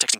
Texting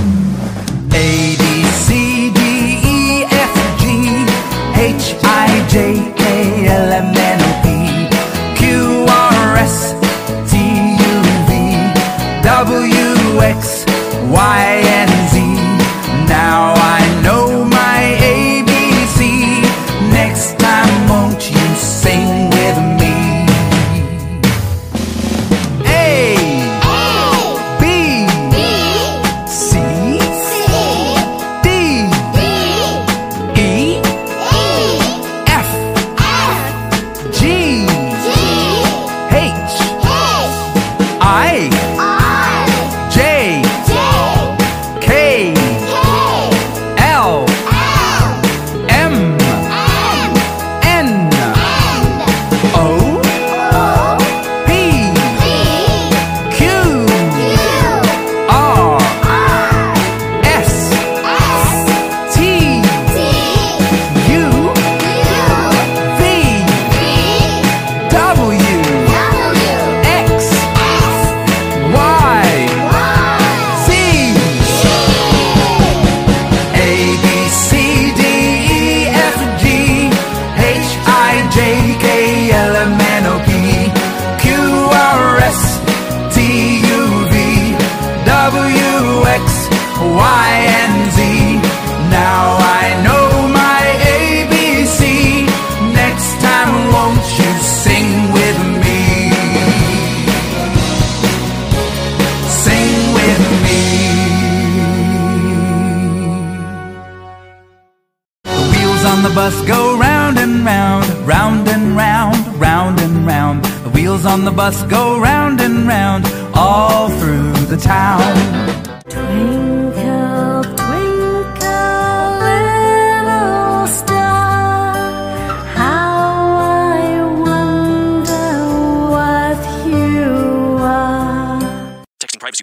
A B C D E F G H I J K L M N O P Q R S T U V W X Y and Z. Now I know my ABC. Next time, won't you sing with me? A B C D E F G H I J K L M N O P Q R S T U V W X Y Z. A B C D E F G H I J K L M N O P Q R S T U V W X Y and Z. Now I know my ABC. Next time, won't you sing with me? Sing with me. The wheels on the bus go round and round, round and round, round and round. The wheels on the bus go round and round, all through the town. Twinkle, twinkle, little star, how I wonder what you are. Texting privacy